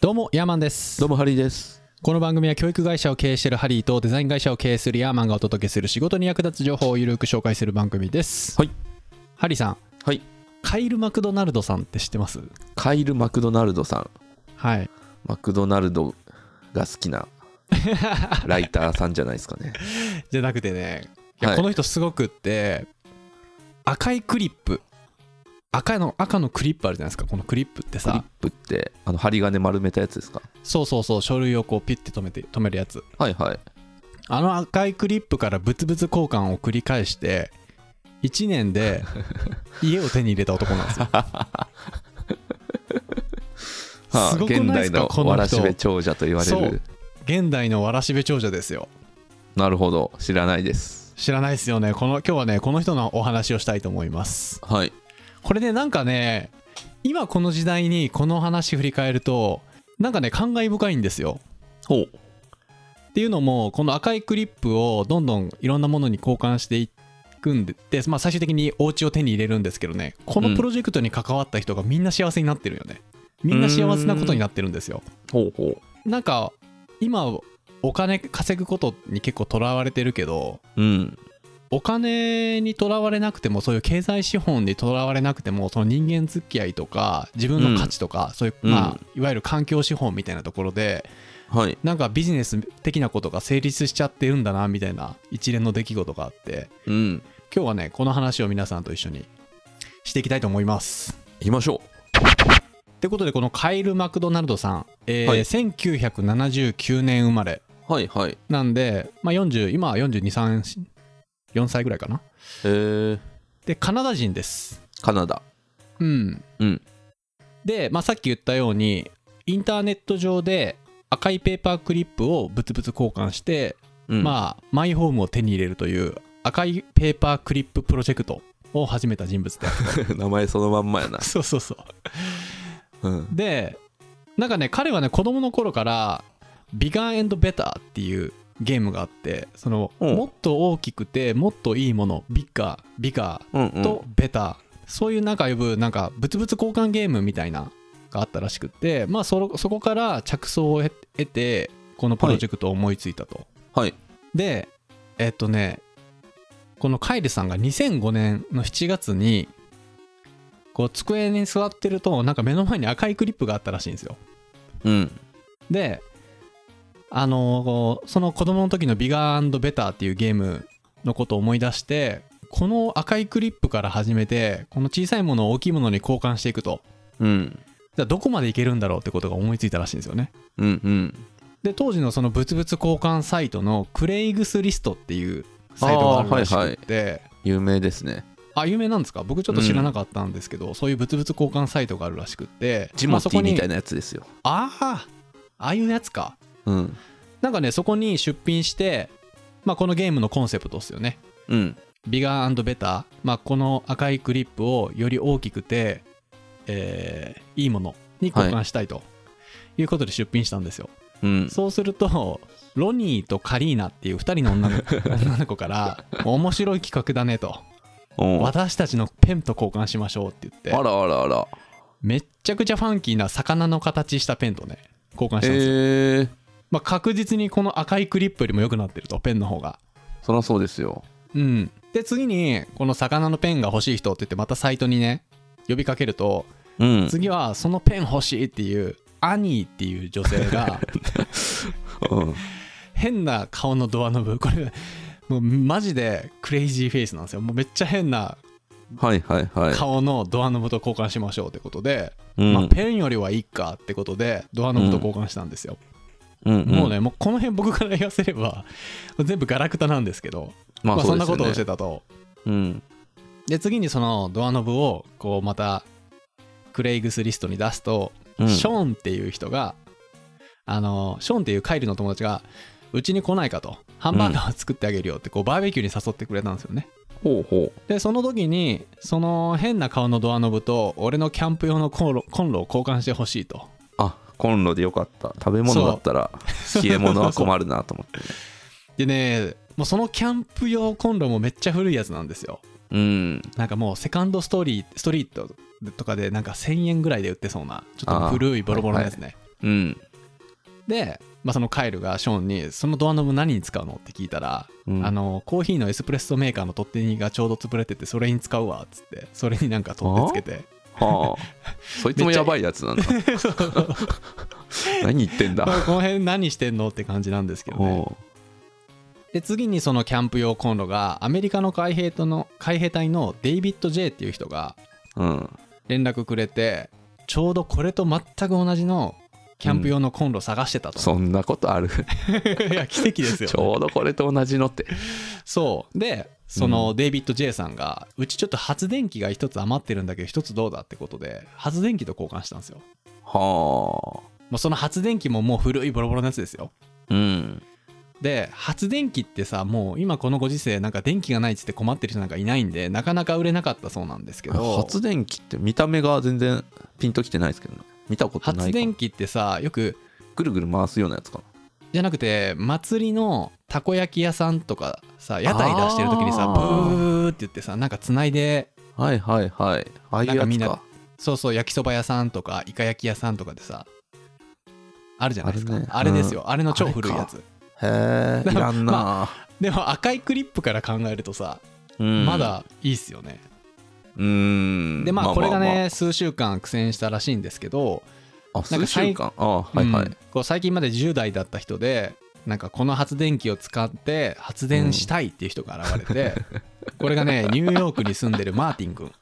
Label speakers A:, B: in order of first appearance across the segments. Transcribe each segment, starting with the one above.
A: どうもヤーマンです
B: どうもハリーです。
A: この番組は教育会社を経営しているハリーとデザイン会社を経営するヤーマンがお届けする仕事に役立つ情報をゆるく紹介する番組です
B: はい
A: ハリーさん
B: はい
A: カイル・マクドナルドさんって知ってます
B: カイル・マクドナルドさん。
A: はい
B: マクドナルドが好きなライターさんじゃないですか ね。
A: じゃなくてねいや
B: はい
A: この人すごくって赤いクリップ赤の赤のクリップあるじゃないですかこのクリップって
B: クリッ
A: さ
B: プって、あの、針金丸めたやつですか
A: そうそうそう書類をこうピッて止めて止めるやつ
B: はいはい。
A: あの赤いクリップからブツブツ交換を繰り返して1年 で家を手に入れた男なんですよ。
B: はあ
A: すごく
B: 現
A: ないで
B: 代
A: すか
B: の
A: こ
B: わ
A: の
B: らし
A: 人
B: べ長者と言われ
A: そう
B: る。
A: 現代のわらしべ長者ですよ。
B: なるほど。知らないです。
A: 知らないですよね。この今日はねこの人のお話をしたいと思います。
B: はい。
A: これねなんかね今この時代にこの話振り返るとなんかね感慨深いんですよ。
B: ほう。
A: っていうのもこの赤いクリップをどんどんいろんなものに交換していくんで、でまあ、最終的にお家を手に入れるんですけどねこのプロジェクトに関わった人がみんな幸せになってるよねみんな幸せなことになってるんですよ
B: ほうほう。
A: なんか今お金稼ぐことに結構とらわれてるけど
B: うん。
A: お金にとらわれなくてもそういう経済資本にとらわれなくてもその人間付き合いとか自分の価値とか、そういう、
B: うん
A: まあ、いわゆる環境資本みたいなところで
B: はい。
A: なんかビジネス的なことが成立しちゃってるんだなみたいな一連の出来事があって
B: うん。
A: 今日はねこの話を皆さんと一緒にしていきたいと思います。
B: 行きましょ
A: ってことでこのカイル・マクドナルドさん、えー
B: はい
A: 1979年生まれ
B: う。はいはい。
A: なんで、まあ、40今は423 4歳ぐらいかな
B: えー、
A: でカナダ人です。
B: カナダ。
A: うん、
B: うん
A: で、まあ、さっき言ったようにインターネット上で赤いペーパークリップをブツブツ交換して
B: うん、
A: まあ、マイホームを手に入れるという赤いペーパークリッププロジェクトを始めた人物で
B: 名前そのまんまやな。
A: そうそうそう
B: うん。
A: でなんかね彼はね子供の頃から「ビガンベター」っていうゲームがあってその
B: うん
A: もっと大きくてもっといいものビッガービガ
B: うん、う
A: ー
B: ん。
A: とベター、そういうなんか呼ぶなんか物々交換ゲームみたいながあったらしくってまあそのそこから着想を得得てこのプロジェクトを思いついたと、
B: はい。
A: でえっとねこのカイルさんが2005年の7月にこう机に座ってるとなんか目の前に赤いクリップがあったらしいんですよ
B: うん。
A: であのこうその子供の時のビガーベターっていうゲームのことを思い出してこの赤いクリップから始めてこの小さいものを大きいものに交換していくと
B: うん。
A: じゃあどこまでいけるんだろうってことが思いついたらしいんですよね
B: うんうん。
A: で当時のその物々交換サイトのクレイグスリストっていうサイトがあ
B: あー
A: るらしくって、
B: 有名ですね。
A: あ有名なんですか僕ちょっと知らなかったんですけど、そういう物々交換サイトがあるらしくって
B: ジモティみた
A: な、
B: いなやつですよ。
A: まあそこにああああいうやつか
B: うん。
A: なんかねそこに出品して、まあ、このゲームのコンセプトですよね
B: うん。
A: ビガーベター、まあ、この赤いクリップをより大きくて、えーいいものに交換したいと、い、うことで出品したんですよ
B: うん。
A: そうするとロニーとカリーナっていう2人の女 の女の子から面白い企画だねと
B: うんあ
A: 私たちのペンと交換しましょうって言って
B: らあらあら。
A: めっちゃくちゃファンキーな魚の形したペンとね交換したんですよ、
B: えー、
A: まあ、確実にこの赤いクリップよりも良くなってるとペンの方が
B: そらそうですよ。
A: うんで次にこの魚のペンが欲しい人って言ってまたサイトにね呼びかけると
B: うん。
A: 次はそのペン欲しいっていうアニーっていう女性 が
B: うん、
A: 変な顔のドアノブこれもうマジでクレイジーフェイスなんですよもうめっちゃ変な
B: はいはいはい。
A: 顔のドアノブと交換しましょうってことで、
B: うん
A: まあ、ペンよりはいいかってことでドアノブと交換したんですよ、
B: うんん
A: もうね、もうこの辺僕から言わせれば、全部ガラクタなんですけど、
B: ま
A: まあ、そんな
B: うです
A: こ
B: よ
A: とを
B: ね
A: してたと。
B: うん。
A: で、次にそのドアノブを、こう、また、クレイグスリストに出すと、
B: うん
A: ショーンっていう人が、あの、ショーンっていうカイルの友達が、うちに来ないかと、ハンバーガーを作ってあげるよって、こう、バーベキューに誘ってくれたんですよね。
B: ほうほ
A: で、その時に、その変な顔のドアノブと、俺のキャンプ用のコンロコンロを交換してほしいと。
B: う。あコンロでよかった。食べ物だったら消え物は困るなと思ってね、
A: でね、もうそのキャンプ用コンロもめっちゃ古いやつなんですよ。
B: うん。
A: なんかもうセカンドストーリーストリートとかでなんか1000円ぐらいで売ってそうなちょっと古いボロボロのやつね
B: うん。
A: で、まあ、そのカイルがショーンに「そのドアノブ何に使うの?」って聞いたら、
B: うん
A: あのコーヒーのエスプレッソメーカーの取っ手にがちょうど潰れててそれに使うわっつってそれになんか取っ手つけて
B: はあ。そいつもやばいやつなんだ。
A: そう
B: 何言ってんだ。
A: まあこの辺何してんのって感じなんですけどね
B: お
A: で次にそのキャンプ用コンロがアメリカの海兵との海兵隊のデイビッド・ジェイっていう人が
B: ううん。
A: 連絡くれてちょうどこれと全く同じのキャンプ用のコンロ探してたと、
B: そんなことある。
A: いや奇跡ですよ
B: ちょうどこれと同じのって。
A: そうでそのデイビッド・ジェイさんが、うちちょっと発電機が一つ余ってるんだけど一つどうだってことで発電機と交換したんですよ
B: は
A: もうその発電機ももう古いボロボロのやつですよ
B: あ。うん。
A: で発電機ってさもう今このご時世なんか電気がないっつって困ってる人なんかいないんでなかなか売れなかったそうなんですけど
B: 発電機って見た目が全然ピンときてないですけどね。見たことな
A: 発
B: いかも
A: 電機ってさよく
B: ぐるぐる回すようなやつかな。
A: じゃなくて祭りのたこ焼き屋さんとかさ屋台出してる時にさ
B: あ
A: ブ
B: ー
A: ーって言ってさなんかつないで
B: はいはいはい。ああいう
A: な
B: や
A: んかみ
B: つ
A: んな
B: か。
A: そうそう焼きそば屋さんとかイカ焼き屋さんとかでさあるじゃないですかあ
B: あ
A: れ,、
B: るね
A: ですよ、あれの超古いやつ
B: へえ、 いらんな、
A: でも赤いクリップから考えるとさ、
B: うん
A: ま。だいいっすよね
B: うん。
A: でまあこれがね、、数週間苦戦したらしいんですけど、
B: あ
A: なんか
B: 数週間。あはいは
A: う
B: い
A: ん。こう最近まで10代だった人でなんかこの発電機を使って発電したいっていう人が現れて、これがねニューヨークに住んでるマーティン君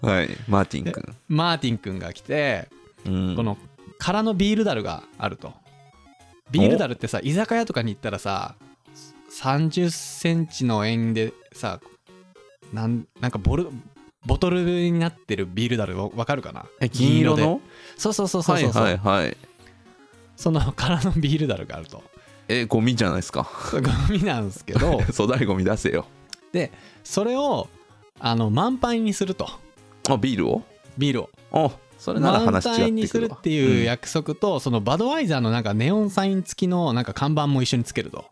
B: はい。マーティン君。
A: マーティン君が来て
B: うん
A: この空のビールダルがあるとビールダルってさ居酒屋とかに行ったらさ30センチの円でさなんなんかボルボトルになってるビールダルわわかるかな
B: え銀色
A: で
B: の
A: そうそうそうそう
B: は
A: そ
B: いう
A: そう、
B: はいはい。
A: その空のビールダルがあると
B: え、ゴミじゃないですか。
A: ゴミなんですけ ど
B: 粗大ゴミ出せよ。
A: でそれをあの満杯にすると
B: あ、ビールを
A: ビールを
B: あ、それなら
A: 満
B: 話違
A: 杯
B: って
A: に
B: く
A: す
B: る
A: る
B: わ。
A: っていう約束と、そのバドワイザーのなんかネオンサイン付きのなんか看板も一緒につけると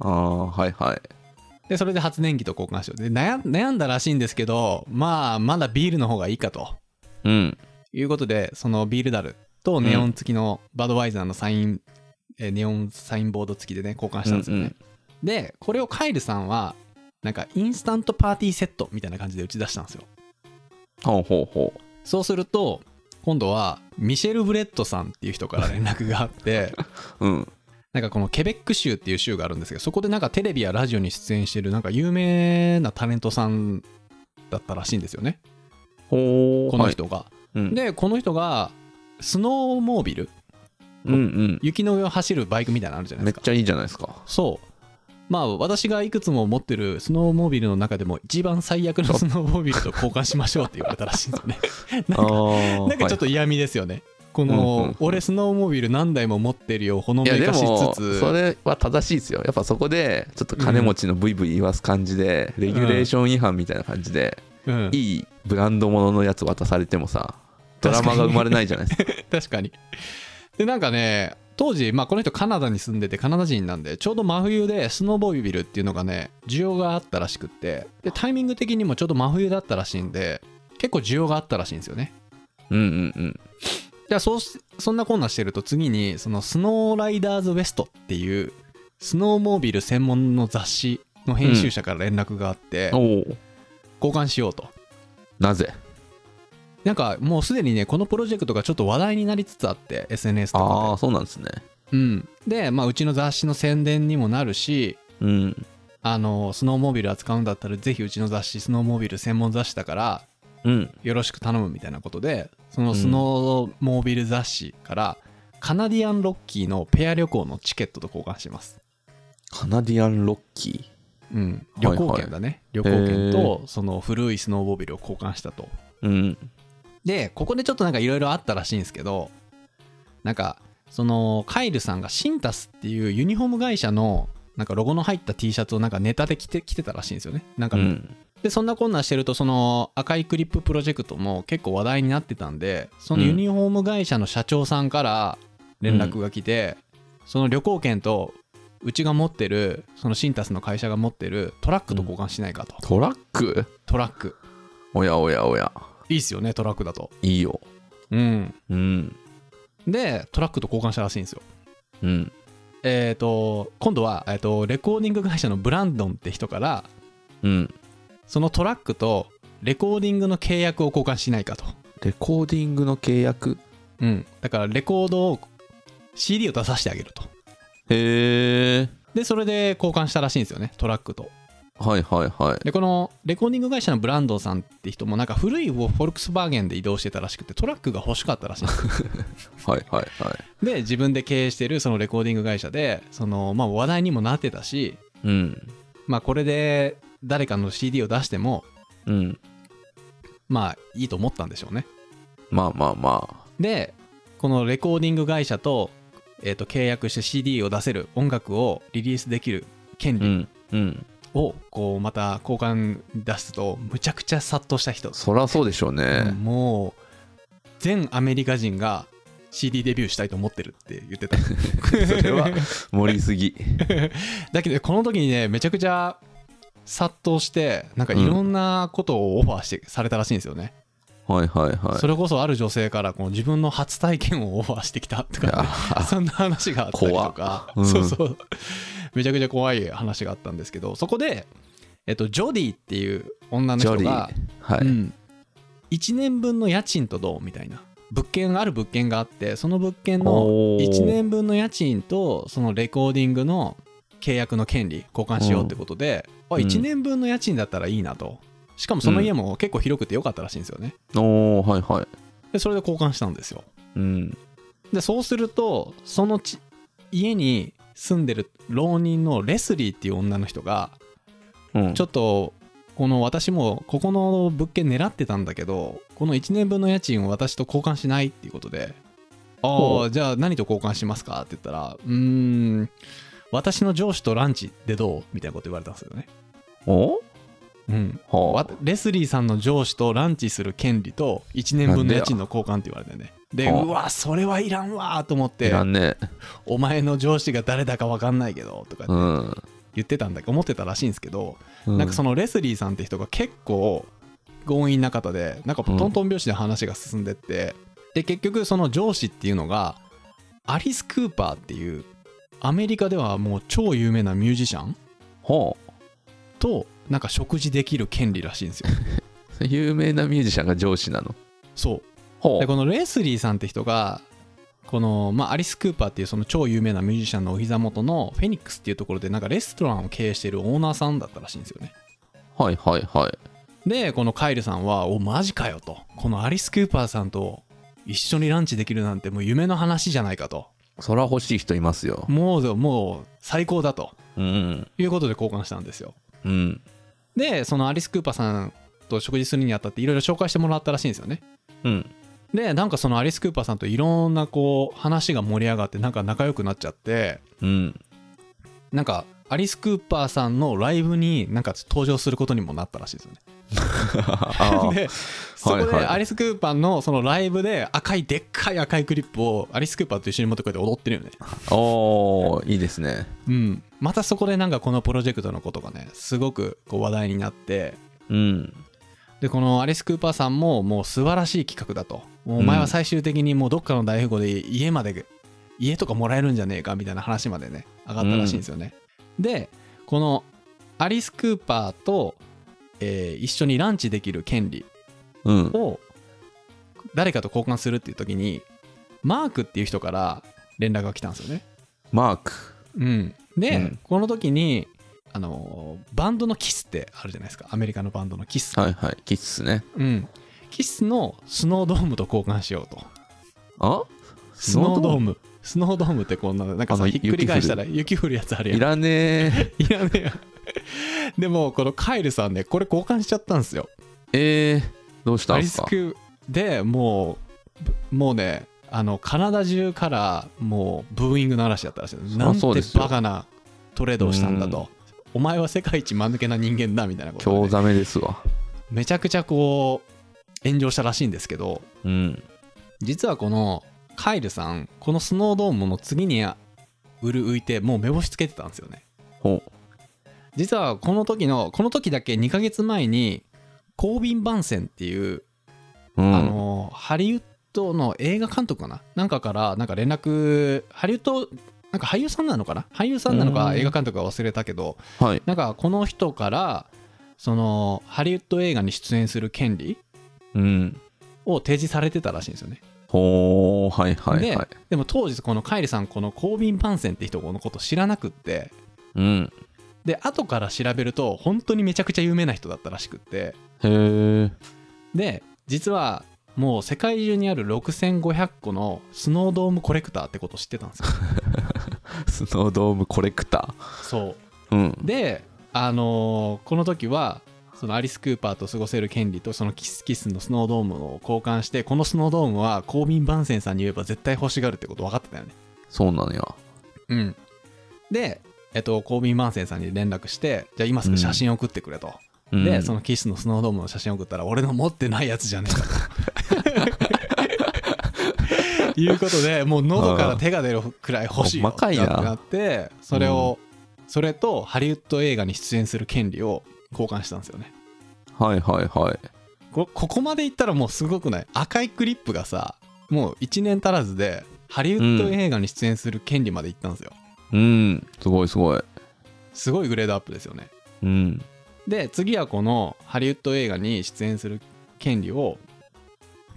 B: ああ、はいはい。
A: でそれで発電機と交換しようで悩ん悩んだらしいんですけどまあまだビールの方がいいかと
B: うん。
A: いうことでそのビールダルとネオン付きのバドワイザーのサイン、えーネオンサインボード付きでね交換したんですよね、
B: うんうん
A: でこれをカイルさんはなんかインスタントパーティーセットみたいな感じで打ち出したんですよ
B: ほうほうほ
A: そうすると今度はミシェル・ブレットさんっていう人から連絡があって
B: う。うん。
A: なんかこのケベック州っていう州があるんですけどそこでなんかテレビやラジオに出演してるなんか有名なタレントさんだったらしいんですよね
B: ほう。
A: この人が、
B: はい。うん、
A: でこの人がスノーモービル
B: うんうん。
A: 雪の上を走るバイクみたいなのあるじゃない
B: め
A: です
B: っ
A: か
B: ちゃいいじゃないですか。
A: そうまあ私がいくつも持ってるスノーモービルの中でも一番最悪のスノーモービルと交換しましょうって言われたらしいんですよ ね
B: ああ。
A: なんかちょっと嫌味ですよねこ
B: うんうんう
A: の
B: ん
A: 俺スノーモービル何台も持ってるよほの
B: いや
A: め
B: で
A: かし
B: も
A: つつ
B: それは正しいですよやっぱそこでちょっと金持ちのブイブイ言わす感じで、レギュレーション違反みたいな感じで、
A: うん
B: いいブランドもののやつ渡されてもさドラマが生まれないじゃないですか
A: 確かにでなんかね当時、まあ、この人カナダに住んでてカナダ人なんでちょうど真冬でスノーボービルっていうのがね需要があったらしくってでタイミング的にもちょうど真冬だったらしいんで結構需要があったらしいんですよね
B: うんうんうん
A: じゃあそうしそんなこんなしてると次にそのスノーライダーズウエストっていうスノーモービル専門の雑誌の編集者から連絡があって、
B: おお
A: 交換しようと
B: なぜ
A: なんかもうすでにねこのプロジェクトがちょっと話題になりつつあって SNS とかで
B: ああそうなんですね
A: うん、で、まあ、うちの雑誌の宣伝にもなるし
B: うん
A: あのスノーモービル扱うんだったらぜひうちの雑誌スノーモービル専門雑誌だから
B: うん
A: よろしく頼むみたいなことでそのスノーモービル雑誌からカナディアンロッキーのペア旅行のチケットと交換します、
B: カナディアンロッキ
A: うん、旅
B: はいはい
A: 行券だね、旅行券とその古いスノーモービルを交換したと
B: ーうん
A: でここでちょっとなんかいろいろあったらしいんですけどなんかそのカイルさんがシンタスっていうユニフォーム会社のなんかロゴの入った T シャツをなんかネタで着て着てたらしいんですよねなんか、
B: うん
A: でそんなこんなんしてるとその赤いクリッププロジェクトも結構話題になってたんでそのユニフォーム会社の社長さんから連絡が来て、その旅行券とうちが持ってるそのシンタスの会社が持ってるトラックと交換しないかと、
B: トラック
A: トラック
B: おやおやおや
A: いいっすよねトラックだと
B: いいよ
A: うん
B: うん
A: でトラックと交換したらしいんですよ
B: うん
A: えっ、と今度は、えー、とレコーディング会社のブランドンって人から
B: うん
A: そのトラックとレコーディングの契約を交換しないかと
B: レコーディングの契約
A: うんだからレコードを CD を出させてあげると
B: へえ
A: でそれで交換したらしいんですよねトラックと
B: はいはいはい
A: でこのレコーディング会社のブランドンさんって人もなんか古いフォルクスバーゲンで移動してたらしくてトラックが欲しかったらしいん ですよ
B: はいはいは
A: で自分で経営してるそのレコーディング会社でそのまあ話題にもなってたし
B: いうん
A: まあこれで誰かの CD を出しても
B: うん
A: まあいいと思ったんでしょうね
B: まあまあま
A: でこのレコーディング会社と,、えー、と契約して CD を出せる音楽をリリースできる権
B: あう
A: 利
B: んうん
A: をこうまた交換に出すとむちゃくちゃ殺到した人、
B: そらそうでしょうね
A: もう全アメリカ人が CD デビューしたいと思ってるって言ってた
B: それは盛りす ぎ
A: だけどこの時にねめちゃくちゃ殺到してなんかいろんなことをオファーして、されたらしいんですよね、
B: はいはいはい
A: それこそある女性からこう自分の初体験をオファーしてきたと
B: いや
A: か そんな話があったりとか、
B: 怖っうん
A: そうそうめちゃくちゃ怖い話があったんですけどそこで、えっと、ジョディっていう女の
B: ジョ
A: 人
B: リ
A: が
B: ー、はい、
A: うん、1年分の家賃とどうみたいな物件ある物件があってその物件の
B: おー
A: 1年分の家賃とそのレコーディングの契約の権利交換しようってことで、あ
B: うん
A: 1年分の家賃だったらいいなとしかもその家も結構広くて良かったらしいんですよね
B: おーはいはい
A: でそれで交換したんですよ
B: うん
A: でそうするとそのち家に住んでる浪人のレスリーっていう女の人が
B: うん
A: ちょっとこの私もここの物件狙ってたんだけどこの1年分の家賃を私と交換しないっていうことで「あ
B: ほ
A: あじゃあ何と交換しますか?」って言ったら「うーん私の上司とランチでどう?」みたいなこと言われたんですよね。
B: お
A: うん、
B: は
A: わレスリーさんの上司とランチする権利と1年分の家賃の交換って言われてねで
B: はあ
A: うわそれはいらんわーと思っ
B: あい
A: て
B: らんね
A: お前の上司が誰だか分かんないけどと
B: う
A: か
B: ん、
A: 言ってたんだけど思ってたらしいんですけど、
B: うん、
A: なんかそのレスリーさんって人が結構強引な方でなんかトントン拍子で話が進んでって、で結局その上司っていうのがアリス・クーパーっていうアメリカではもう超有名なミュージシャン
B: ほう
A: となんか食事できる権利らしいんですよ
B: 有名なミュージシャンが上司なの
A: そ
B: ほ
A: う
B: う
A: でこのレスリーさんって人がこの、まあ、アリス・クーパーっていうその超有名なミュージシャンのお膝元のフェニックスっていうところでなんかレストランを経営しているオーナーさんだったらしいんですよね
B: はいはいはい
A: でこのカイルさんは「おマジかよ」とこのアリス・クーパーさんと一緒にランチできるなんてもう夢の話じゃないかと
B: そら欲しい人いますよ
A: もうもう最高だと
B: うん
A: いうことで交換したんですよ
B: うん
A: でそのアリス・クーパーさんと食事するにあたっていろいろ紹介してもらったらしいんですよね
B: うん
A: でなんかそのアリス・クーパーさんといろんなこう話が盛り上がってなんか仲良くなっちゃって
B: うん
A: なんかアリス・クーパーさんのライブになんか登場することにもなったらしいですよね
B: あ ー
A: でそこで
B: はいはい
A: アリス・クーパーのそのライブで赤いでっかい赤いクリップをアリス・クーパーと一緒に持ってこうやって踊ってるよね、
B: おーいいですね
A: うん、またそこでなんかこのプロジェクトのことがねすごくこう話題になって
B: うん
A: でこのアリス・クーパーさんももう素晴らしい企画だともうお前は最終的にもうどっかの大富豪で家まで家とかもらえるんじゃねえかみたいな話までね上がったらしいんですよね、でこのアリス・クーパーと、えー一緒にランチできる権利
B: うん
A: を誰かと交換するっていう時にマークっていう人から連絡が来たんですよね。
B: マーク
A: うん、で、
B: うん
A: この時にあのバンドのキスってあるじゃないですかアメリカのバンドのキス、
B: はいはいキッスね
A: うん、キスのスノードームと交換しようと
B: あ
A: スノードー
B: ム
A: ムスノードームってこんななんか
B: あ
A: さ
B: の
A: ひっくり返したら雪降るやつあるや
B: い
A: ん
B: らねえ
A: いらねえよでもこのカイルさんねこれ交換しちゃったんですよ
B: えー、どうした
A: ア
B: ん
A: リ
B: す
A: ス
B: か
A: クでもうもうねあのカナダ中からもうブーイングの嵐だったらしいです
B: りゃ
A: なんて
B: そうですよ
A: バカなトレードをしたんだとお前は世界一間抜けな人間だみたいなことで
B: 今日
A: ね、
B: ザメですわ
A: めちゃくちゃこう炎上したらしいんですけど
B: うん
A: 実はこのカイルさんこのスノードームの次に売る浮いてもう目星つけてたんですよね
B: ほう
A: 実はこの時のこの時だけ2ヶ月前にコービン・バンセンっていう
B: うん
A: あのハリウッドの映画監督かななんかからなんか連絡ハリウッドなんか俳優さんなのかな俳優さんなの
B: う
A: か
B: ん
A: 映画監督か忘れたけど
B: はい
A: なんかこの人からそのハリウッド映画に出演する権利
B: うん
A: を提示されてたらしいんですよね
B: ほーはいはい
A: で
B: はい
A: でも当時このカイリさんこのコービン・パンセンって人のこと知らなくって
B: うん
A: で後から調べると本当にめちゃくちゃ有名な人だったらしくって
B: へえ
A: で実はもう世界中にある6500個のスノードームコレクターってこと知ってたんですよ
B: スノードームコレクタ
A: そう
B: ーうん
A: で、あのーこの時はそのアリス・クーパーと過ごせる権利とそのキスキスのスノードームを交換してこのスノードームはコービン・バンセンさんに言えば絶対欲しがるってこと分かってたよね
B: そうなのよ
A: うんでえっとコービン・バンセンさんに連絡してじゃあ今すぐ写真送ってくれと、
B: うん
A: でそのキスのスノードームの写真送ったら俺の持ってないやつじゃねえ かということでもう喉から手が出るくらい欲しいよ
B: ほんまかいな
A: ってなってそれを、それとハリウッド映画に出演する権利を交換したんですよね
B: はいはいはい
A: こここまでいったらもうすごくない赤いクリップがさもう1年足らずでハリウッド映画に出演する権利までいったんですよ、
B: うんすごいすごい
A: すごいグレードアップですよね
B: うん
A: で次はこのハリウッド映画に出演する権利を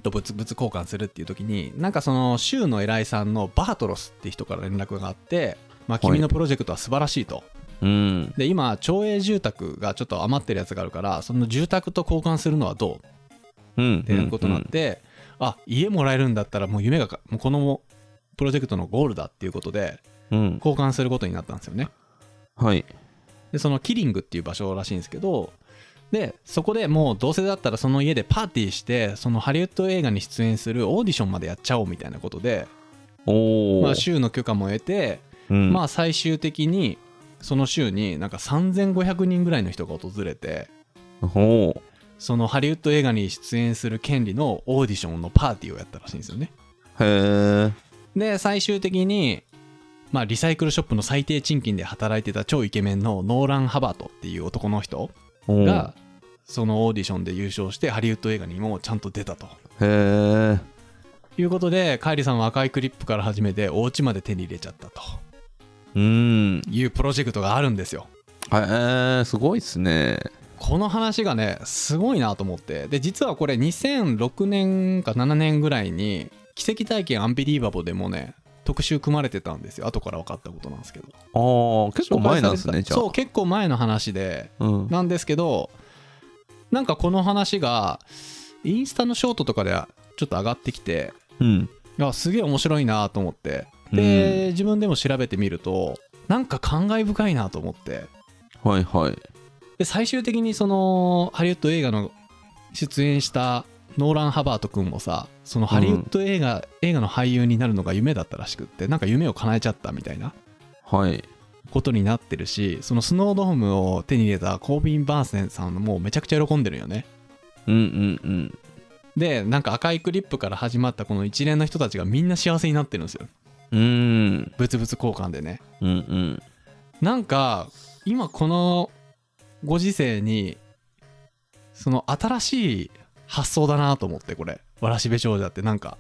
A: と物々交換するっていう時になんかその州の偉いさんのバートロスって人から連絡があって、まあ、
B: はい
A: 君のプロジェクトは素晴らしいと、
B: うん
A: で今町営住宅がちょっと余ってるやつがあるからその住宅と交換するのはどう
B: うん
A: っていうことになって、あ家もらえるんだったらもう夢がかもうこのプロジェクトのゴールだっていうことで
B: うんうん
A: 交換することになったんですよね
B: はい
A: でそのキリングっていう場所らしいんですけどでそこでもうどうせだったらその家でパーティーしてそのハリウッド映画に出演するオーディションまでやっちゃおうみたいなことで、
B: おお
A: まあ、州の許可も得て、まあ最終的にその州になんか3500人ぐらいの人が訪れて
B: あほ
A: そのハリウッド映画に出演する権利のオーディションのパーティーをやったらしいんですよね
B: うへえ
A: で最終的にまあリサイクルショップの最低賃金で働いてた超イケメンのノーラン・ハバートっていう男の人
B: おー
A: がそのオーディションで優勝してハリウッド映画にもちゃんと出たと
B: へえ
A: いうことでカイリさんは赤いクリップから始めてお家まで手に入れちゃったと
B: うん
A: いうプロジェクトがあるんですよ
B: へえすごいっすね
A: この話がねすごいなと思ってで実はこれ2006年か7年ぐらいに「奇跡体験アンビリーバボー」でもね特集組まれてたんですよ後から分かったことなんですけど
B: ああ結構前なんですねじゃあ
A: そう結構前の話で
B: うん
A: なんですけどなんかこの話がインスタのショートとかでちょっと上がってきて
B: うん
A: いやすげえ面白いなと思って
B: う
A: で、
B: ん
A: 自分でも調べてみるとなんか感慨深いなと思って
B: はいはい
A: で最終的にそのハリウッド映画の出演したノーラン・ハバート君もさそのハリウッド映画、映画の俳優になるのが夢だったらしくってなんか夢を叶えちゃったみたいな
B: はい
A: ことになってるしそのスノードームを手に入れたコービン・バーセンさんもめちゃくちゃ喜んでるよね
B: うんうんうん
A: でなんか赤いクリップから始まったこの一連の人たちがみんな幸せになってるんですよ
B: うん
A: 物々交換でね
B: うんうん
A: なんか今このご時世にその新しい発想だなと思ってこれわらしべ長者ってなんか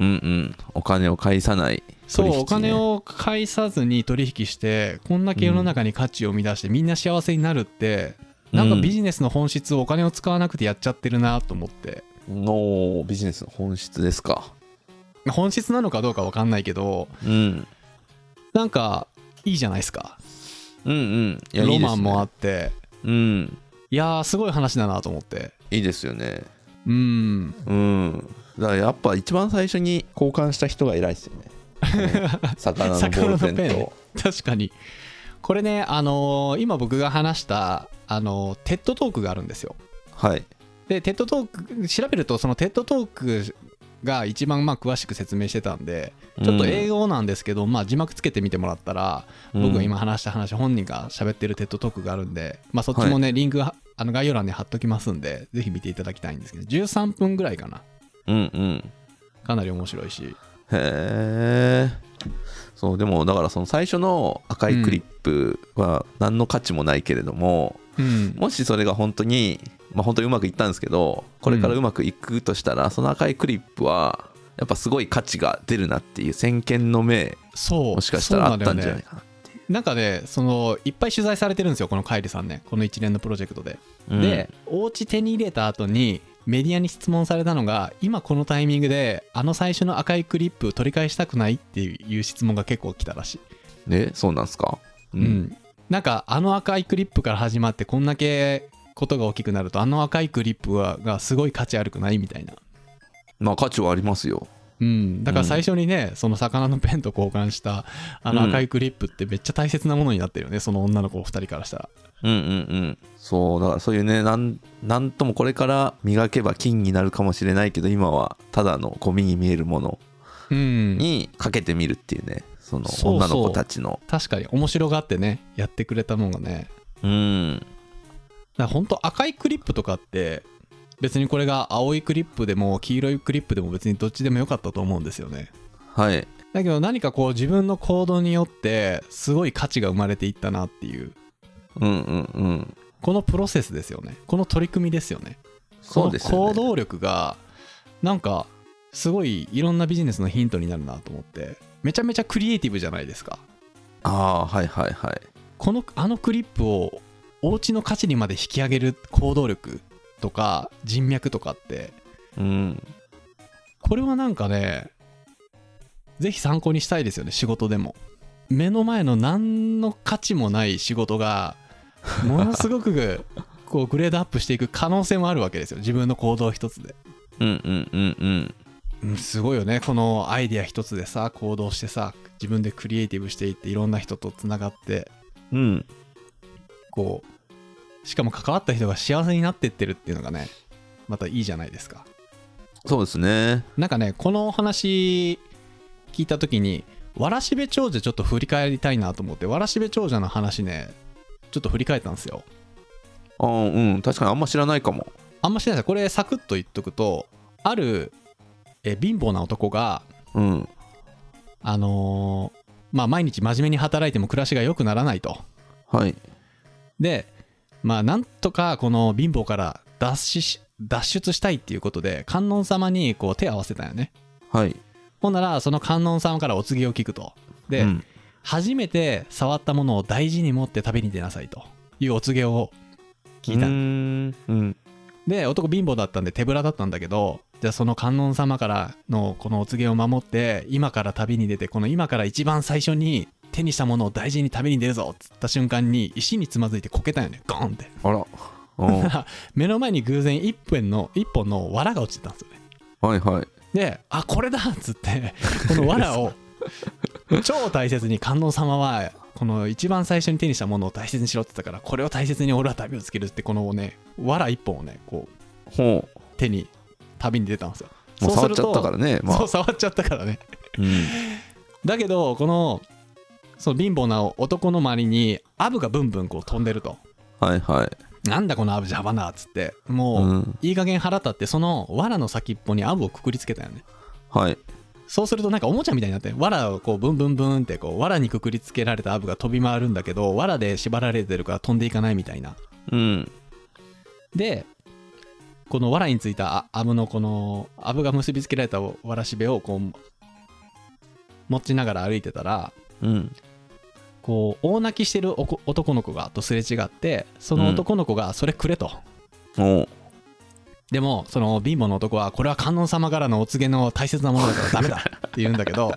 B: うんうんお金を返さない
A: そう、
B: 取引ね
A: お金を返さずに取引してこんだけ世の中に価値を生み出してみんな幸せになるって、なんかビジネスの本質をお金を使わなくてやっちゃってるなと思って
B: のビジネスの本質ですか
A: 本質なのかどうか分かんないけど
B: うん
A: なんかいいじゃないですか
B: うんうんいやいいで
A: ロ
B: すね
A: マンもあって
B: うん
A: いやーすごい話だなと思って
B: いいですよね
A: うん
B: うんだからやっぱ一番最初に交換した人が偉いっす よね魚のボールペンと
A: 確かにこれねあのー今僕が話したあのーテッドトークがあるんですよ
B: はい
A: でテッドトーク調べるとそのテッドトークが一番まあ詳しく説明してたんでちょっと英
B: 語
A: 語なんですけど、まあ字幕つけてみてもらったら僕が今話した話本人が喋ってるテッドトークがあるんでまあそっちもね、リンクはあの概要欄に貼っときますんでぜひ見ていただきたいんですけど13分ぐらいかな
B: うんうん
A: かなり面白いし
B: へえそうでもだからその最初の赤いクリップは何の価値もないけれども、
A: うん
B: もしそれが本当にまあ本当にうまくいったんですけどこれからうまくいくとしたら、その赤いクリップはやっぱすごい価値が出るなっていう先見の明
A: そう
B: もしかしたらあったんじゃ
A: そうなんだよ
B: ない
A: ね
B: かなっていう
A: なんかねそのいっぱい取材されてるんですよこのカイリさんねこの一連のプロジェクトで、
B: うん
A: でお家手に入れた後にメディアに質問されたのが今このタイミングであの最初の赤いクリップ取り返したくないっていう質問が結構来たらしい
B: ねそうなんすかう
A: うん、なんかあの赤いクリップから始まってこんだけことが大きくなるとあの赤いクリップはがすごい価値あるくないみたいな、
B: まあ価値はありますよ
A: うん、だから最初にね、その魚のペンと交換したあの赤いクリップってめっちゃ大切なものになってるよね、その女の子2人からしたら
B: うんうんうんそうだからそういうねなんなんともこれから磨けば金になるかもしれないけど今はただのゴミに見えるもの
A: うん
B: にかけてみるっていうねその
A: そうそう
B: 女の子たちの
A: 確かに面白がってねやってくれたもんがね
B: うん
A: だからほんと赤いクリップとかって別にこれが青いクリップでも黄色いクリップでも別にどっちでもよかったと思うんですよね
B: はい
A: だけど何かこう自分の行動によってすごい価値が生まれていったなっていう
B: うんうんうん
A: このプロセスですよねこの取り組みですよね
B: そうです
A: こ
B: よ
A: の行
B: ね
A: 動力がなんかすごいいろんなビジネスのヒントになるなと思ってめちゃめちゃクリエイティブじゃないですか
B: ああはいはいはい
A: このあのクリップをお家の価値にまで引き上げる行動力とか人脈とかって
B: うん
A: これはなんかねぜひ参考にしたいですよね仕事でも目の前の何の価値もない仕事がものすごくこうグレードアップしていく可能性もあるわけですよ自分の行動一つで、
B: うんうんうんうん
A: うん、すごいよねこのアイディア一つでさ行動してさ自分でクリエイティブしていっていろんな人とつながって
B: うん
A: こうしかも関わった人が幸せになってってるっていうのがねまたいいじゃないですか
B: そうですね
A: なんかねこのお話聞いた時にわらしべ長者ちょっと振り返りたいなと思ってわらしべ長者の話ねちょっと振り返ったんですよ
B: ああうん確かにあんま知らないかも
A: あんましないですこれサクッと言っとくとあるえ貧乏な男が
B: うん
A: あのーまあ毎日真面目に働いても暮らしが良くならないと
B: はい
A: でまあなんとかこの貧乏から脱しし脱出したいっていうことで観音様にこう手を合わせたんよね
B: はい
A: ほんならその観音様からお告げを聞くとで、
B: うん
A: 初めて触ったものを大事に持って食べに出なさいというお告げを聞いう
B: ー
A: た
B: んうん
A: で男貧乏だったんで手ぶらだったんだけどじゃあその観音様からのこのお告げを守って今から旅に出てこの今から一番最初に手にしたものを大事に食べに出るぞっつった瞬間に石につまずいてこけたよねゴーンって
B: あらうん
A: だから 目の前に偶然一本の一本の藁が落ちてたんですよね
B: はいはい
A: であこれだっつって この藁を超大切に観音様はこの一番最初に手にしたものを大切にしろって言ったからこれを大切に俺は旅をつけるってこのね藁一本をねこう
B: ほう
A: 手に旅に出たんですよ
B: も
A: そう
B: う
A: す
B: 触っ
A: る
B: ちゃ
A: と
B: ったからねま
A: そ
B: あ
A: う触っちゃったからね
B: うん
A: だけどこのその貧乏な男の周りにアブがブンブンこう飛んでると
B: はいはい
A: なんだこのアブじゃばなっつって
B: う
A: もう、
B: ん
A: いい加減腹立ってその藁の先っぽにアブをくくりつけたよね
B: はい
A: そうするとなんかおもちゃみたいになって藁をこうブンブンブンってこう藁にくくりつけられたアブが飛び回るんだけど藁で縛られてるから飛んでいかないみたいな
B: うん
A: でこの藁についたあアブのこのアブが結びつけられた藁しべをこう持ちながら歩いてたら
B: うん
A: こう大泣きしてるおこ男の子がとすれ違ってその男の子が「それくれ」と。
B: おう
A: でもその貧乏の男はこれは観音様からのお告げの大切なものだからダメだって言うんだけど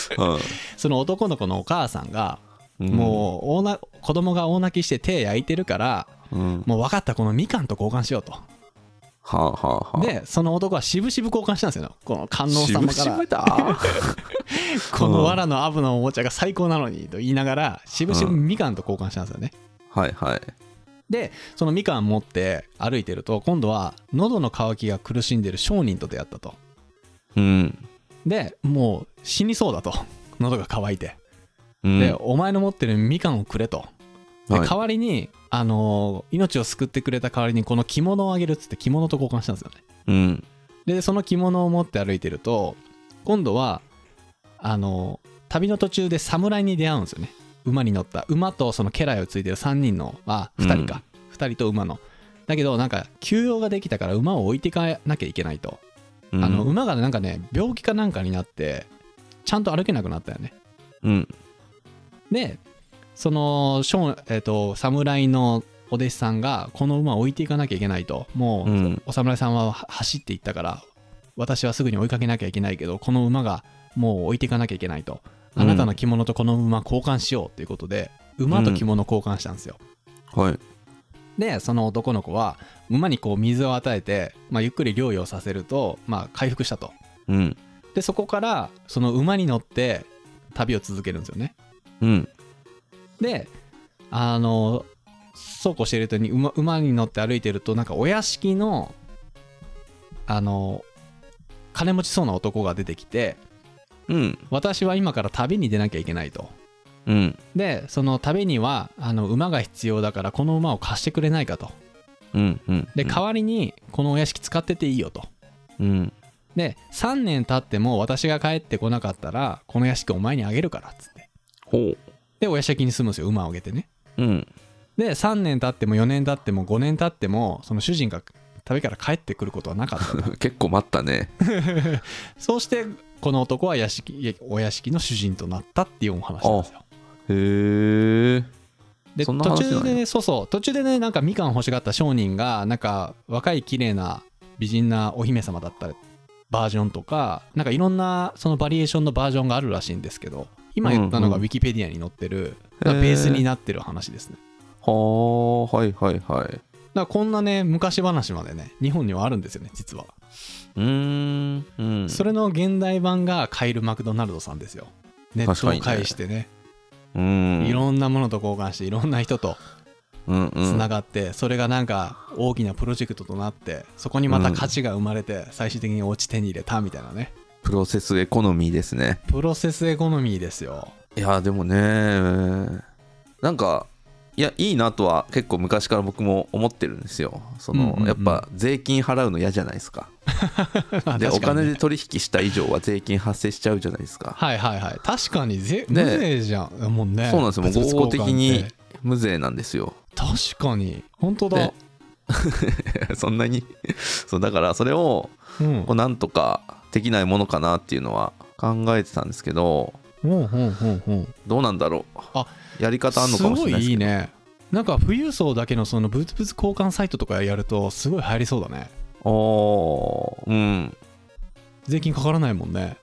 A: その男の子のお母さんが
B: うん
A: もう大な子供が大泣きして手焼いてるから
B: うん
A: もう分かったこのみかんと交換しようと
B: はあはあはあ
A: でその男は渋々交換したんですよねこの観音様
B: し
A: か
B: ぶしぶ
A: ら
B: だ
A: この藁のアブのおもちゃが最高なのにと言いながら渋々みかんと交換したんですよね
B: はいはい
A: でそのみかん持って歩いてると今度は喉の渇きが苦しんでる商人と出会ったと
B: うん
A: でもう死にそうだと喉が渇いて
B: うん
A: でお前の持ってるみかんをくれとで
B: はい
A: 代わりに、あのー命を救ってくれた代わりにこの着物をあげるっつって着物と交換したんですよね
B: うん
A: でその着物を持って歩いてると今度はあのー旅の途中で侍に出会うんですよね馬に乗った馬とその家来をついてる3人のあ2人か、2人と馬のだけどなんか休養ができたから馬を置いていかなきゃいけないと
B: うん
A: あの馬がなんかね病気かなんかになってちゃんと歩けなくなったよね
B: うん
A: でそのショーン、えっと侍のお弟子さんがこの馬を置いていかなきゃいけないともう、
B: うん
A: お侍さんはは走っていったから私はすぐに追いかけなきゃいけないけどこの馬がもう置いていかなきゃいけないとあなたの着物とこの馬交換しようということで馬と着物交換したんですよ、
B: はい
A: でその男の子は馬にこう水を与えて、まあ、ゆっくり療養させると、まあ、回復したと
B: うん
A: でそこからその馬に乗って旅を続けるんですよね
B: うん
A: であのそうこうしているとに馬馬に乗って歩いてるとなんかお屋敷のあの金持ちそうな男が出てきて
B: うん
A: 私は今から旅に出なきゃいけないと
B: うん
A: でその旅にはあの馬が必要だからこの馬を貸してくれないかと
B: うんうん
A: で代わりにこのお屋敷使ってていいよと
B: うん
A: で3年経っても私が帰ってこなかったらこの屋敷お前にあげるからっつって
B: ほ
A: でお屋敷に住むんですよ馬をあげてね
B: ううん
A: で3年経っても4年経っても5年経ってもその主人が旅から帰ってくることはなか ったと
B: 結構待ったね
A: そうしてこの男は屋敷お屋敷の主人となったっていうお話なんですよ
B: へえ
A: で
B: そん
A: 途
B: な話
A: 中で
B: なん
A: ねそうそう途中でねなんかみかん欲しがった商人がなんか若い綺麗な美人なお姫様だったバージョンとかなんかいろんなそのバリエーションのバージョンがあるらしいんですけど今言ったのが
B: う
A: ウ
B: んうん
A: ィキペディアに載ってる、
B: へー
A: ベースになってる話ですね
B: はあはいはいはい
A: だからこんなね昔話までね日本にはあるんですよね実は
B: うーんうん
A: それの現代版がカイル・マクドナルドさんですよ。ネットを介してね、
B: うん
A: いろんなものと交換して、いろんな人と
B: うんう
A: つなんがって、それがなんか大きなプロジェクトとなって、そこにまた価値が生まれて、最終的にお家手に入れたみたいなね。
B: プロセスエコノミーですね
A: プロセスエコノミーです よ。
B: いやでもねなんかいやいいなとは結構昔から僕も思ってるんですよその、
A: うんうんうん
B: やっぱ税金払うの嫌じゃないですかでお
A: 確かに
B: 金
A: ね
B: で取引した以上は税金発生しちゃうじゃないですか、
A: はいはいはい。確かにぜ、
B: ね
A: 無税じゃん。もうね。
B: そうなんですよもう合法
A: 物
B: 的
A: 々交換
B: に
A: って。
B: 無税なんですよ
A: 確かに。本当だ
B: ね。そんなに そうだからそれを
A: うん。
B: こうなんとかできないものかなっていうのは考えてたんですけど
A: うんうんうんうん。
B: どうなんだろう
A: あ
B: やり方あんのかもしれないですす
A: ごいい
B: け
A: い
B: ど
A: ねなんか富裕層だけのそのブーツブーツ交換サイトとかやるとすごい入りそうだね
B: おーうん
A: 税金かからないもんね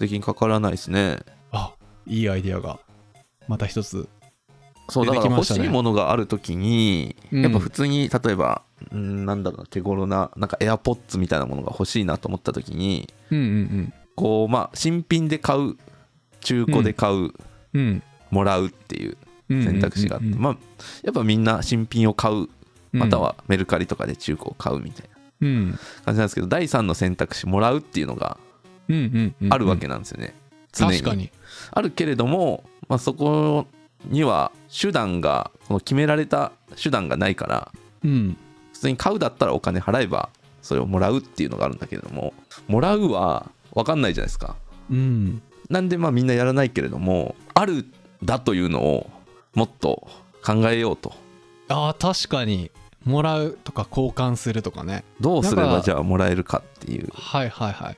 B: 税金かからないですね
A: あいいアイディアがまた一つ
B: そう
A: 出
B: だ
A: てき
B: から
A: ま
B: 欲
A: した
B: し
A: ね
B: いものがあるときに、
A: うん
B: やっぱ普通に例えばうんなんだろうな手頃ななんか AirPods みたいなものが欲しいなと思ったときに
A: うんうん
B: こうまあ新品で買う中古で買う、
A: うん
B: もらうっていう
A: うん
B: 選択肢があって、まあやっぱみんな新品を買う
A: あ
B: またはメルカリとかで中古を買うみたいな
A: うん
B: 感じなんですけど第3の選択肢もらうっていうのが
A: うんうんうん
B: あるわけなんですよね、常
A: 確かに
B: あるけれども、まあ、そこには手段がこの決められた手段がないから
A: うん
B: 普通に買うだったらお金払えばそれをもらうっていうのがあるんだけれどももらうは分かんないじゃないですか
A: うん
B: なんでまあみんなやらないけれどもあるだというのをもっと考えようと
A: あー確かにもらうとか交換するとかね
B: どうすれ
A: なん
B: ば
A: か
B: じゃあもらえるかっていう
A: はいはいはい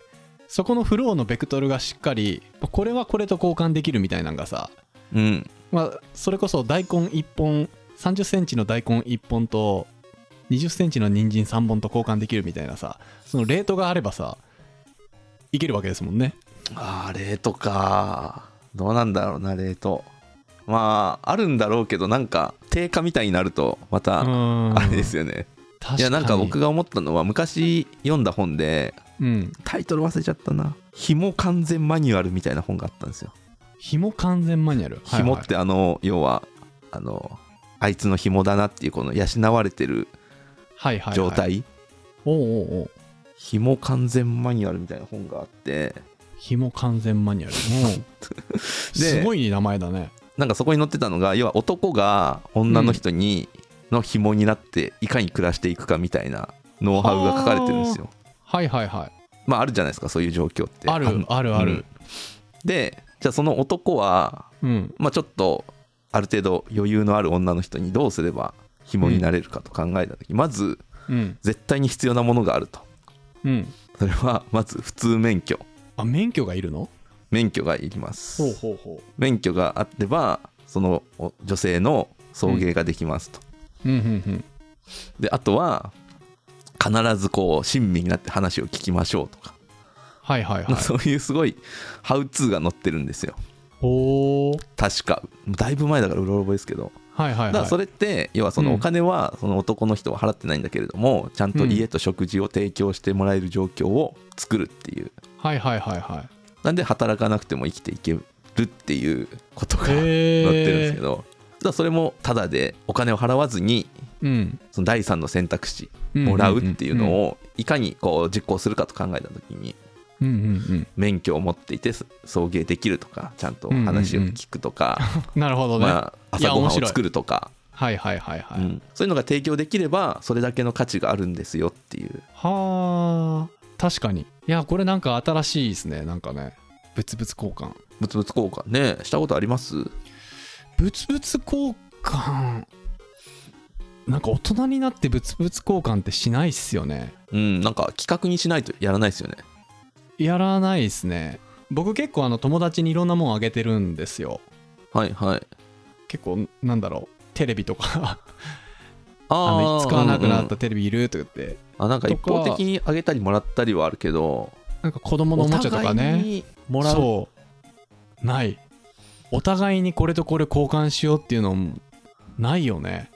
A: そこのフローのベクトルがしっかりこれはこれと交換できるみたいなのがさ
B: うん
A: まあ、それこそ大根1本30センチの大根1本と20センチの人参3本と交換できるみたいなさそのレートがあればさいけるわけですもんね
B: あー冷凍かどうなんだろうな冷凍まああるんだろうけどなんか定価みたいになるとまた
A: あ
B: あれですよね
A: 確かに
B: いやなんか僕が思ったのは昔読んだ本で
A: うん
B: タイトル忘れちゃったな「紐完全マニュアル」みたいな本があったんですよ
A: 紐完全マニュアルはい
B: 紐
A: はい
B: ってあの要はあのあいつの紐だなっていうこの養われてる
A: はいはいはい
B: 状態、
A: おうおうおう
B: 紐完全マニュアルみたいな本があって
A: 紐完全マニュア ルうんすごい名前だね
B: なんかそこに載ってたのが要は男が女の人にの紐になっていかに暮らしていくかみたいなノウハウが書かれてるんですよ。
A: はいはいはい
B: まああるじゃないですかそういう状況って。
A: ある
B: の
A: あるある
B: でじゃあその男は、
A: うん
B: まあ、ちょっとある程度余裕のある女の人にどうすれば紐になれるかと考えた時、まず
A: うん
B: 絶対に必要なものがあると。
A: うん
B: それはまず普通免許
A: あ免許がいるの
B: 免許がいります
A: ほうほ
B: 免許があってばそのお女性の送迎ができますと、
A: ううんうん
B: であとは必ずこう親身になって話を聞きましょうとか、
A: はいはいはい
B: そういうすごいハウツーが載ってるんですよ
A: おお
B: 確かだいぶ前だからうろ覚えですけど
A: はいはいは
B: だから
A: い
B: それって要はその
A: うん
B: お金はその男の人は払ってないんだけれどもちゃんと家と食事を提供してもらえる状況を作るっていう
A: はいはいはいは
B: なんで働かなくても生きていけるっていうことが
A: い
B: 載って
A: へえ
B: るんですけどだからそれもただでお金を払わずに
A: うん
B: その第三の選択肢
A: ん
B: もらうっていうのをいかにこう実行するかと考えた時に
A: うんうん
B: 免許を持っていてそ送迎できるとかちゃんと話を聞く とか、
A: うんなるほどね
B: まあ、
A: いや
B: 朝ごはん
A: 面白
B: を
A: い
B: 作るとか
A: はいはいはいは
B: う
A: い
B: んそういうのが提供できればそれだけの価値があるんですよっていう
A: はあ確かにいやこれなんか新しいですねなんかね物々交換
B: 物々交換ねしたことあります
A: 物々交換なんか大人になって物々交換ってしないっすよね
B: うんなんか企画にしないとやらないですよね
A: やらないっすね僕結構あの友達にいろんなもんあげてるんですよ
B: はいはい
A: 結構なんだろうテレビとかあ
B: あ
A: の使わなくなっ
B: うんう
A: た
B: ん
A: テレビいるとか言って
B: あなんか一方的にあげたりもらったりはあるけど
A: なんか子供のおもちゃとか
B: お互い
A: ね
B: にもらう
A: そうないお互いにこれとこれ交換しようっていうのもないよね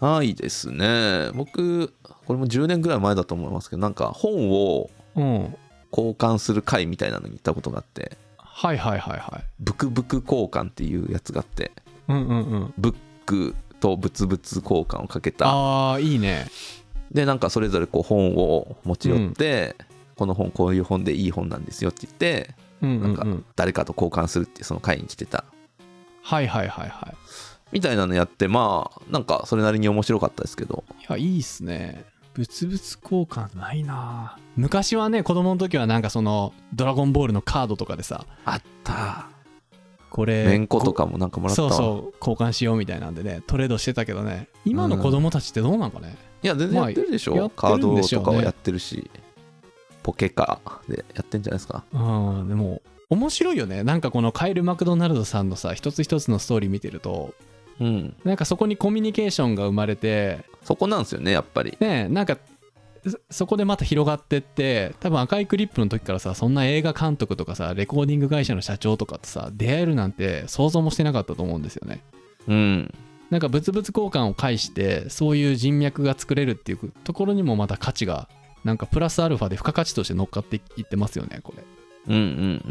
B: ないですね僕これも10年ぐらい前だと思いますけどなんか本を
A: うん
B: 交換する会みたいなのに行ったことがあって
A: はいはいはいはい
B: ブクブク交換っていうやつがあって
A: うんうんうん
B: ブックとブツブツ交換をかけた
A: ああいいね
B: でなんかそれぞれこう本を持ち寄って、この本こういう本でいい本なんですよって言って
A: うんうん、
B: な
A: うん
B: ん、か誰かと交換するっていうその会に来てた
A: はいはいはいは
B: みたいなのやってまあなんかそれなりに面白かったですけど
A: いいやいいっすね物々交換ないな昔はね子供の時はなんかその「ドラゴンボール」のカードとかでさ
B: あった
A: これ
B: めんことかもなんかもらった
A: そう
B: わ
A: そう交換しようみたいなんでねトレードしてたけどね今の子供たちってどうなんかね、
B: いや全然やってるでしょ、
A: まあやって
B: カー
A: るん
B: ド
A: でしょうね
B: とかはやってるしポケカでやってんじゃないですか
A: うんでも面白いよねなんかこのカイル・マクドナルドさんのさ一つ一つのストーリー見てると
B: うん
A: なんかそこにコミュニケーションが生まれて
B: そこなんですよねやっぱり
A: ねえなんかそそこでまた広がってって多分赤いクリップの時からさそんな映画監督とかさレコーディング会社の社長とかとさ出会えるなんて想像もしてなかったと思うんですよね
B: うん
A: なんか物々交換を介してそういう人脈が作れるっていうところにもまた価値がなんかプラスアルファで付加価値として乗っかっていってますよねこれ
B: うんうんう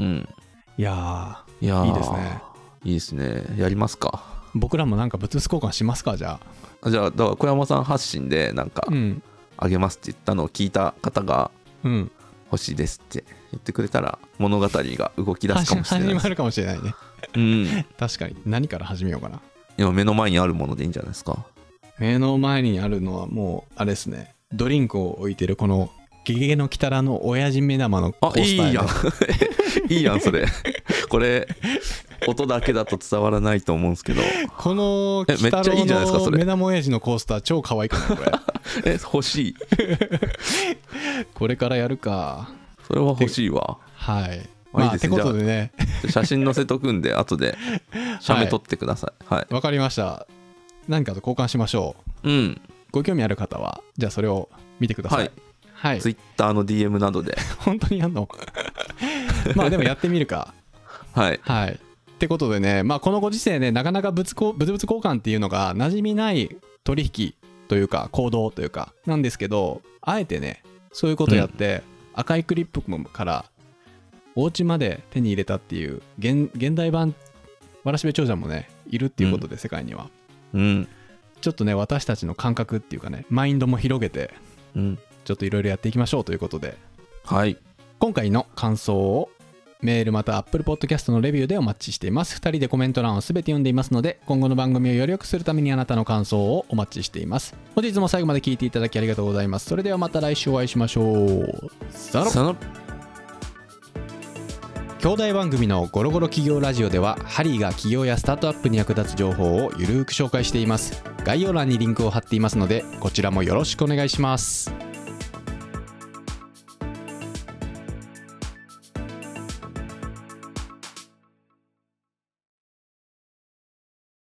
B: ん
A: いや
B: いやー
A: いいですね
B: いいですねやりますか
A: ー僕らもなんか物々交換しますかじゃあ
B: じゃあだから小山さん発信でなんか
A: うん
B: あげますって言ったのを聞いた方が
A: うん
B: 欲しいですって言ってくれたら物語が動き出すかもしれな
A: 始
B: いで、
A: まするかもしれないね
B: うん、
A: 確かに何から始めようかな
B: 今目の前にあるものでいいんじゃないですか
A: 目の前にあるのはもうあれですねドリンクを置いてるこの「ゲゲゲの鬼太郎」の親父目玉のコー
B: あ
A: スター
B: いいやん
A: ね
B: いいやんそれこれ音だけだと伝わらないと思うんですけど
A: この
B: え
A: 鬼
B: めっちゃ
A: 太郎
B: いいじゃないですかそ
A: の
B: れ
A: 目玉親父のコースター超可愛くないこれ
B: え欲しい
A: これからやるか
B: それは欲しいわ
A: はい
B: あ
A: まあ
B: いい
A: っ
B: です
A: て
B: ね
A: ことでね
B: 写真載せとくんで後で写メ撮ってくださいはい、
A: わかりました何かと交換しましょう
B: うん
A: ご興味ある方はじゃあそれを見てくださ
B: はいい
A: はい、
B: ツイッターの DM などで
A: 本当にやん のまあでもやってみるか
B: はい
A: はい。ってことでね、まあ、このご時世ね、なかなか物々交物々交換っていうのが馴染みない取引というか、行動というか、なんですけど、あえてね、そういうことやって、赤いクリップから、お家まで手に入れたっていう、現現代版、わらしべ長者もね、いるっていうことで、世界には。
B: うん
A: ちょっとね、私たちの感覚っていうかね、マインドも広げて、
B: うん
A: ちょっといろいろやっていきましょうということで、
B: はい
A: 今回の感想をメールまた Apple Podcast のレビューでお待ちしています2人でコメント欄を全て読んでいますので今後の番組をより良くするためにあなたの感想をお待ちしています本日も最後まで聞いていただきありがとうございますそれではまた来週お会いしましょうさよなら
B: さよなら
A: 兄弟番組の「ゴロゴロ企業ラジオ」ではハリーが企業やスタートアップに役立つ情報をゆるーく紹介しています概要欄にリンクを貼っていますのでこちらもよろしくお願いします